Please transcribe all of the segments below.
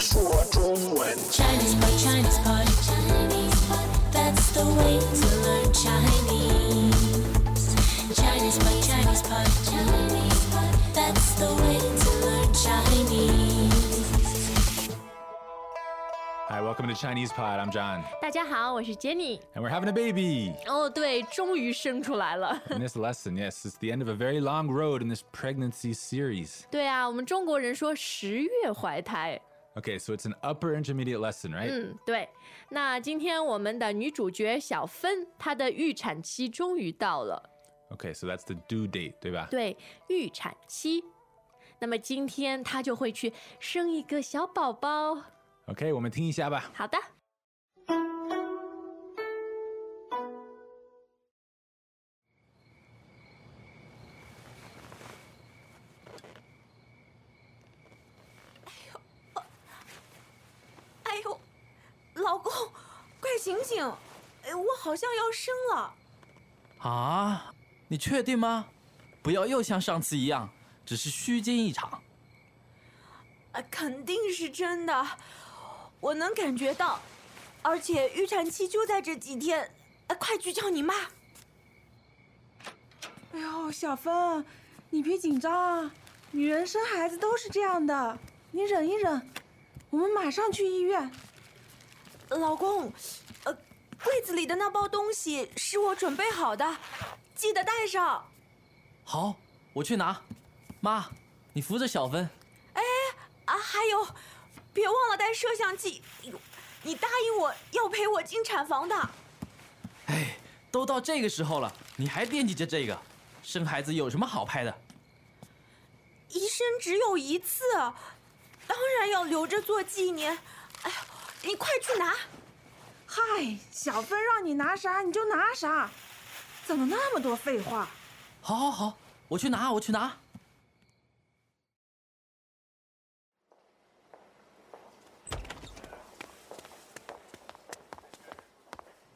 说中文。 Chinese pot, Chinese pot, Chinese pot. That's the way to learn Chinese. Chinese pot, Chinese pot, Chinese pot. That's the way to learn Chinese. Hi, welcome to Chinese Pod. I'm John, 大家好，我是 Jenny。 and we're having a baby. 哦、对，终于生出来 了。 In this lesson, yes, it's the end of a very long road in this pregnancy series. 对啊，我们中国人说十月怀胎。 Okay, so it's an upper intermediate lesson, right? 嗯，对。那今天我们的女主角小芬，她的预产期终于到了。 Okay, so that's the due date, 对吧？对，预产期。那么今天她就会去生一个小宝宝。 Okay, 我们听一下吧。好的，哎呦，老公，快醒醒！哎，我好像要生了。啊，你确定吗？不要又像上次一样，只是虚惊一场。呃，肯定是真的，我能感觉到，而且预产期就在这几天。呃，快去叫你妈！哎呦，小芬，你别紧张啊，女人生孩子都是这样的，你忍一忍，我们马上去医院。老公，呃，柜子里的那包东西是我准备好的，记得带上。好，我去拿。妈，你扶着小芬。啊，还有，别忘了带摄像机。哎呦，你答应我要陪我进产房的。哎，都到这个时候了，你还惦记着这个？生孩子有什么好拍的？一生只有一次，当然要留着做纪念。哎呀，你快去拿！嗨，小芬让你拿啥你就拿啥，怎么那么多废话？好，好，好，我去拿，我去拿。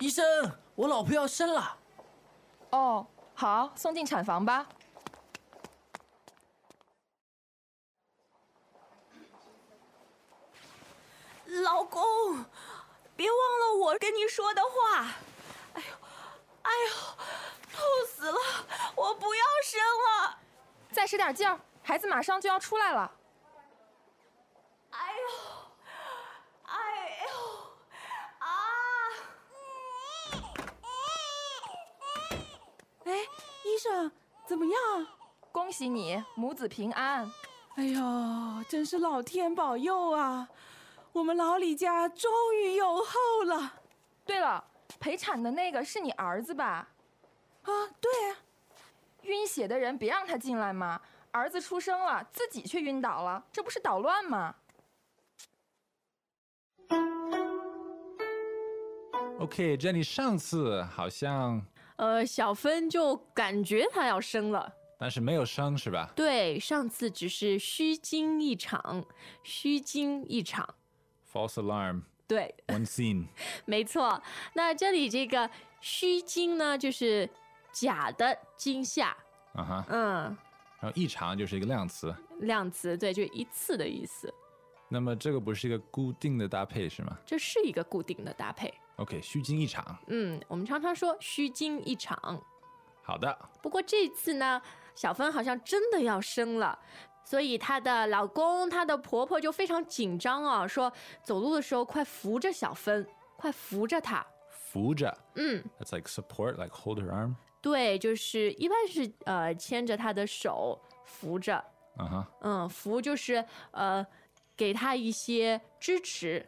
医生，我老婆要生了。哦，好，送进产房吧。老公，别忘了我跟你说的话。哎呦，哎呦，痛死了！我不要生了！再使点劲儿，孩子马上就要出来了。哎呦，哎呦，啊！哎，医生怎么样？恭喜你，母子平安。哎呦，真是老天保佑啊！我们老李家终于有后了对了，陪产的那个是你儿子吧？啊！对啊，晕血的人别让他进来嘛。儿子出生了，自己却晕倒了，这不是捣乱吗？ Okay, Jenny, 上次好像，但是没有生是吧？呃，小芬就感觉她要生了。对，上次只是虚惊一场，虚惊一场。 False alarm, 对， one scene. 没错，那这里这个虚惊呢，就是假的惊吓， Uh-huh. 嗯，然后异常就是一个量词。那么这个不是一个固定的搭配是吗？量词，对，就一次的意思。这是一个固定的搭配， OK，虚惊一场。嗯，我们常常说虚惊一场，好的，不过这次呢，小芬好像真的要生了，所以她的老公、她的婆婆就非常紧张啊，说走路的时候快扶着小芬，快扶着她，扶着嗯， ，that's like support, like hold her arm。对，就是一般是呃牵着她的手扶着，啊哈，嗯，扶就是呃，给他一些支持，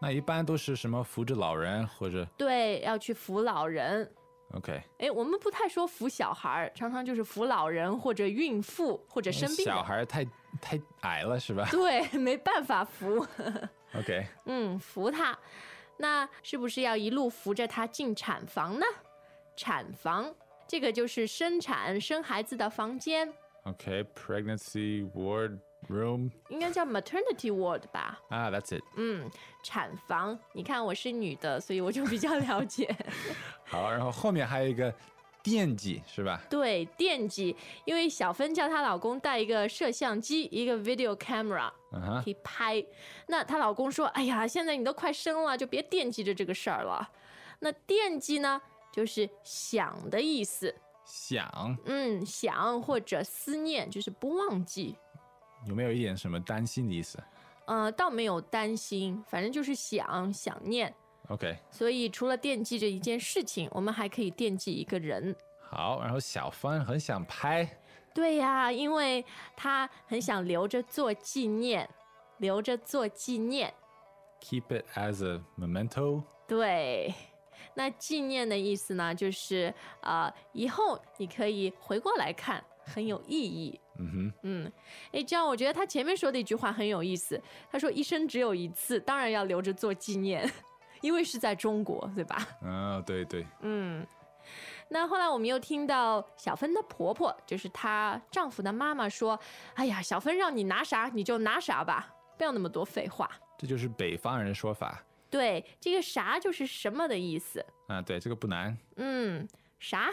那一般都是什么扶着老人或者对，要去扶老人。 OK，哎，我们不太说扶小孩儿，常常就是扶老人或者孕妇或者因生为病嗯小的。孩太太矮了是吧对， 没办法扶， ？OK，嗯，扶他，那是不是要一路扶着他进产房呢？产房这个就是生产生孩子的房间， OK，pregnancy ward room 应该叫 maternity ward 吧？啊，that's it。嗯，产房。你看我是女的，所以我就比较了解。好，然后后面还有一个惦记是吧？对，惦记，因为小芬叫她老公带一个摄像机，一个 video camera 嗯哼可，以拍。那她老公说：“哎呀，现在你都快生了，就别惦记着这个事儿了。”那惦记呢，就是想的意思，想嗯，想或者思念，就是不忘记。有没有一点什么担心的意思呃，倒没有担心，反正就是想想念。 ？OK，所以除了惦记着一件事情，我们还可以惦记一个人。好，然后小帆很想拍，对呀、因为他很想留着做纪念，留着做纪念。 keep it as a memento。对，那纪念的意思呢，就是呃，以后你可以回过来看，很有意义。嗯嗯，诶，这样我觉得他前面说的一句话很有意思。他说：“一生只有一次，当然要留着做纪念， 因为是在中国，对吧？”哼，啊、对对，嗯，那后来我们又听到小芬的婆婆，就是她丈夫的妈妈说：“哎呀，小芬让你拿啥你就拿啥吧，不要那么多废话。这就是北方人的说法”对，这个“啥”就是什么的意思。啊。对，这个不难。嗯，啥？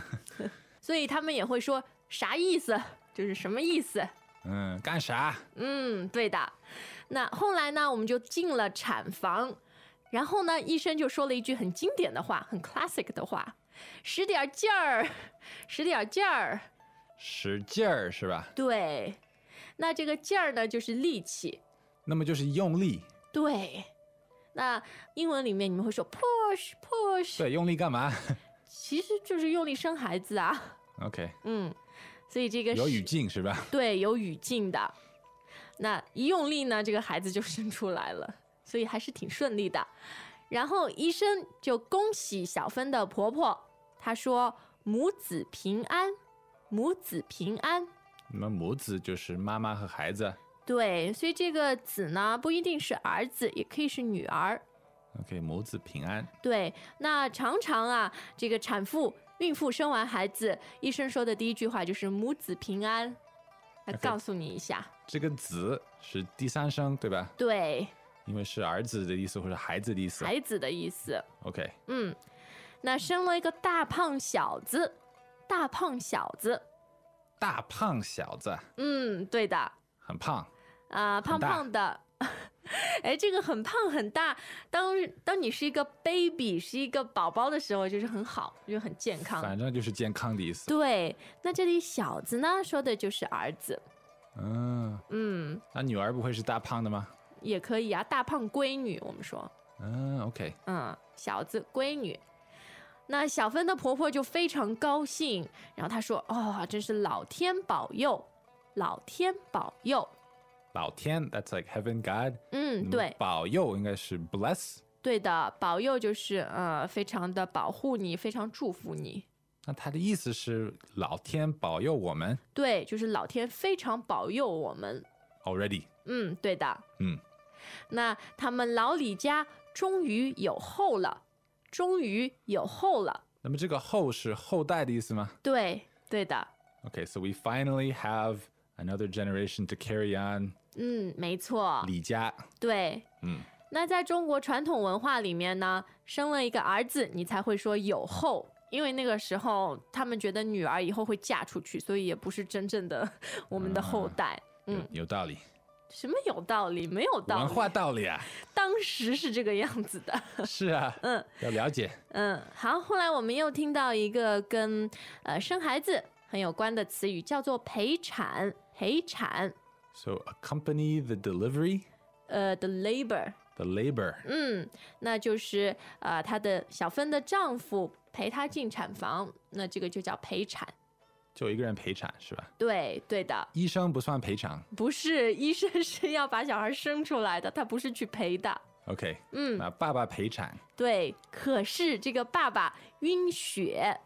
所以他们也会说啥意思，就是什么意思。嗯，干啥？嗯，对的。那后来呢，我们就进了产房，然后呢，医生就说了一句很经典的话，很 classic 的话：“使点儿劲儿， 使点儿劲儿。使劲儿是吧”？对，那这个劲儿呢，就是力气。那么就是用力。对，那英文里面你们会说 push push，对，用力干 嘛其实就是用力生孩子啊。 ？OK，嗯，所以这个有是语境是吧？对，有语境的。那一用力呢，这个孩子就生出来了， 所以还是挺顺利的。然后医生就恭喜小芬的婆婆，她说母子平安，母子平安。那么母子就是妈妈和孩子。对，所以这个子呢，不一定是儿子，也可以是女儿。 OK，母子平安。对，那常常啊，这个产妇、孕妇生完孩子，医生说的第一句话就是母子平安，来 OK 告诉你一下。这个子是第三声对吧？对，因为是儿子的意思或者孩子的意思。孩子的意思。 OK，嗯，那生了一个大胖小子，大胖小子，大胖小子嗯，对的，啊、很胖，胖大胖的， 哎，这个很胖很大。当当你是一个 baby，是一个宝宝的时候，就是很好，就是很健康反。正就是健康的意思。对，那这里小子呢，说的就是儿子，嗯，嗯，那女儿不会是大胖的吗？也可以啊，大胖闺女，我们说，嗯，OK，嗯，小子闺女。那小芬的婆婆就非常高兴，然后她说：“哦，真是老天保佑，老天保佑。老天，That's like heaven God。” 嗯，对，保佑应该是 bless。对的，保佑就是呃，非常的保护你，非常祝福你。那他的意思是老天保佑我们对，就是老天非常保佑我们。 already。嗯，对的。嗯，那他们老李家终于有后了，终于有后了。那么这个后是后代的意思吗对，对的。 ？OK，so、we finally have another generation to carry on 嗯，没错。李家。对，嗯，那在中国传统文化里面呢，生了一个儿子，你才会说有后，因为那个时候他们觉得女儿以后会嫁出去，所以也不是真正的我们的后代。有嗯有道理，什么有道理？没有道文化理，道理 啊，当时是这个样子的。是啊，嗯，要了解。嗯，好，后来我们又听到一个跟呃生孩子很有关的词语，叫做陪产。陪产， So accompany the delivery, 呃，the labor， the labor。嗯，那就是呃，她的小芬的丈夫陪她进产房，那这个就叫陪产。就一个人陪产是吧？对，对的，医生不算陪产。不是医生 是要把小孩生出来的，他不是去陪的。 OK，嗯，那爸爸陪产对。可是这个爸爸晕血，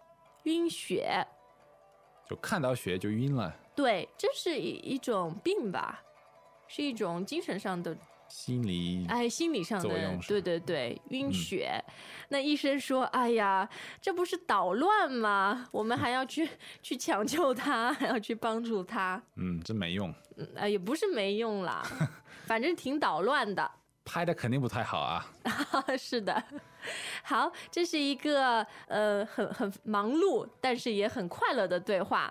晕血，就看到血就晕了，对，这是一一种病吧，是一种精神上的心里哎，心理上作的用，是对吧对对，晕嗯血。那医生说：“哎呀，这不是捣乱吗？我们还要去去抢救他，还要去帮助他。嗯，真没用，嗯，呃，也不是没用啦，反正挺捣乱的。 拍的肯定不太好啊。是的，好，这是一个呃很很忙碌，但是也很快乐的对话。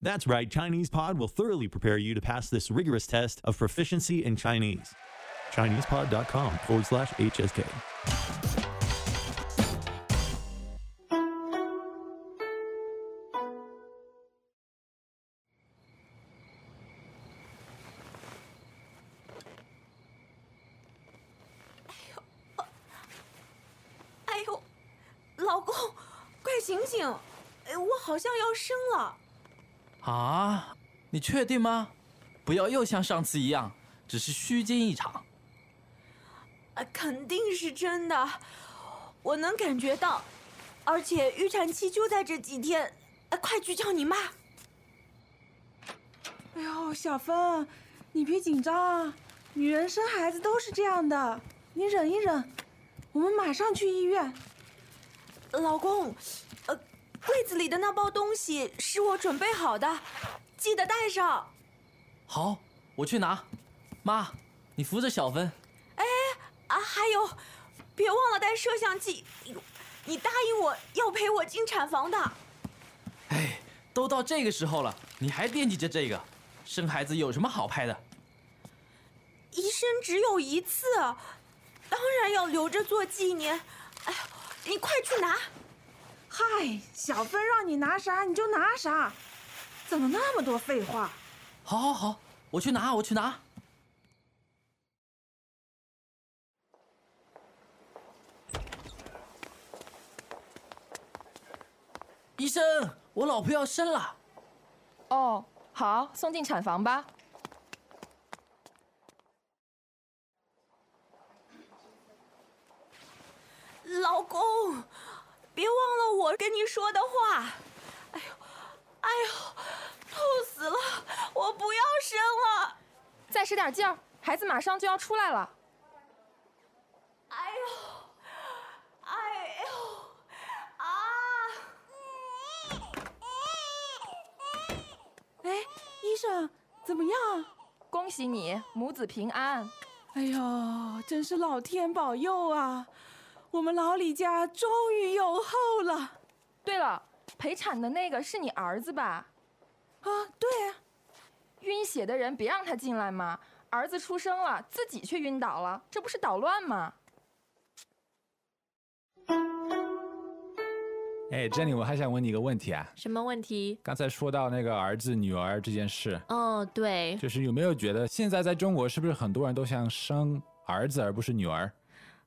That's right, Chinese Pod will thoroughly prepare you to pass this rigorous test of proficiency in Chinese. ChinesePod.com forward slash HSK. 哎呦，老公，快醒醒！哎，我好像要生了。啊，你确定吗？不要又像上次一样，只是虚惊一场。呃，肯定是真的，我能感觉到，而且预产期就在这几天，呃，快去叫你妈！哎呦，小芬，你别紧张啊，女人生孩子都是这样的，你忍一忍，我们马上去医院。老公，呃，柜子里的那包东西是我准备好的，记得带上。好，我去拿。妈，你扶着小芬。啊，还有，别忘了带摄像机。哎呦，你答应我要陪我进产房的。哎，都到这个时候了，你还惦记着这个？生孩子有什么好拍的？一生只有一次，当然要留着做纪念。哎呀，你快去拿！嗨，小芬让你拿啥你就拿啥，怎么那么多废话？好，好，好，我去拿，我去拿。医生，我老婆要生了。哦，好，送进产房吧。老公，别忘了我跟你说的话。哎呦，哎呦，痛死了！我不要生了。再使点劲儿，孩子马上就要出来了。哎呦，哎呦，啊！哎，医生怎么样？恭喜你，母子平安。哎呦，真是老天保佑啊！我们老李家终于有后了对了，陪产的那个是你儿子吧？啊！对啊，晕血的人别让他进来嘛。儿子出生了，自己却晕倒了，这不是捣乱吗？哎，Jenny，我还想问你一个问题啊。什么问题？刚才说到那个儿子女儿这件事，哦， 对，就是有没有觉得现在在中国是不是很多人都想生儿子而不是女儿？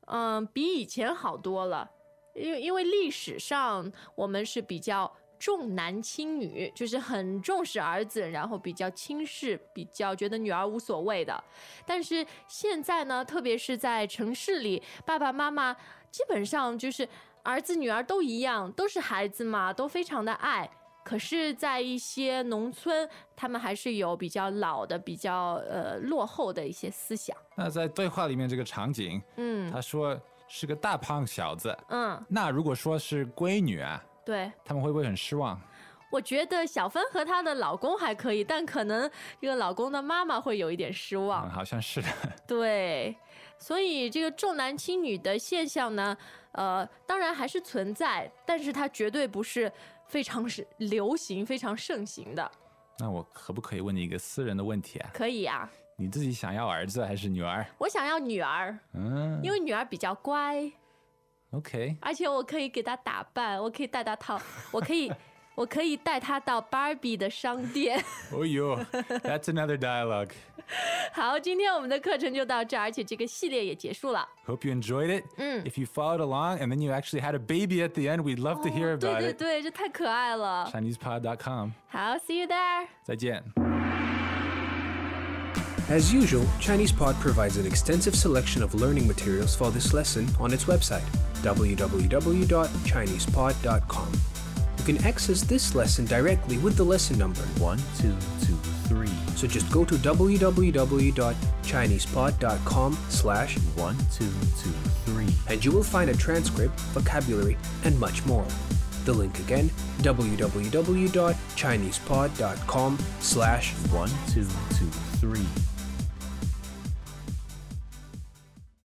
嗯，比以前好多了，因为因为历史上我们是比较重男轻女，就是很重视儿子，然后比较轻视，比较觉得女儿无所谓的。但是现在呢，特别是在城市里，爸爸妈妈基本上就是儿子女儿都一样，都是孩子嘛，都非常的爱。可是，在一些农村，他们还是有比较老的、比较呃落后的一些思想。那在对话里面这个场景，嗯他说是个大胖小子，嗯，那如果说是闺女啊，对。他们会不会很失望？我觉得小芬和她的老公还可以，但可能这个老公的妈妈会有一点失望。嗯，好像是的。 对，所以这个重男轻女的现象呢，呃，当然还是存在，但是它绝对不是非常是流行、非常盛行的。那我可不可以问你一个私人的问题啊？可以啊，你自己想要儿子还是女儿？我想要女儿，嗯因为女儿比较乖， ，OK，而且我可以给她打扮，我可以带她套，我可以，我可以带她到芭比的商店。 哦呦 ，That's another dialogue. 好，今天我们的课程就到这儿，而且这个系列也结束了。 Hope you enjoyed it. 嗯 If you followed along and then you actually had a baby at the end, we'd love to hear 哦对 about 对 it. 对，这太可爱了。 ChinesePod.com. 好，see you there。再见。 As usual, ChinesePod provides an extensive selection of learning materials for this lesson on its website, www.chinesepod.com. You can access this lesson directly with the lesson number 1223. So just go to www.chinesepod.com slash 1223 and you will find a transcript, vocabulary, and much more. The link again, www.chinesepod.com slash 1223.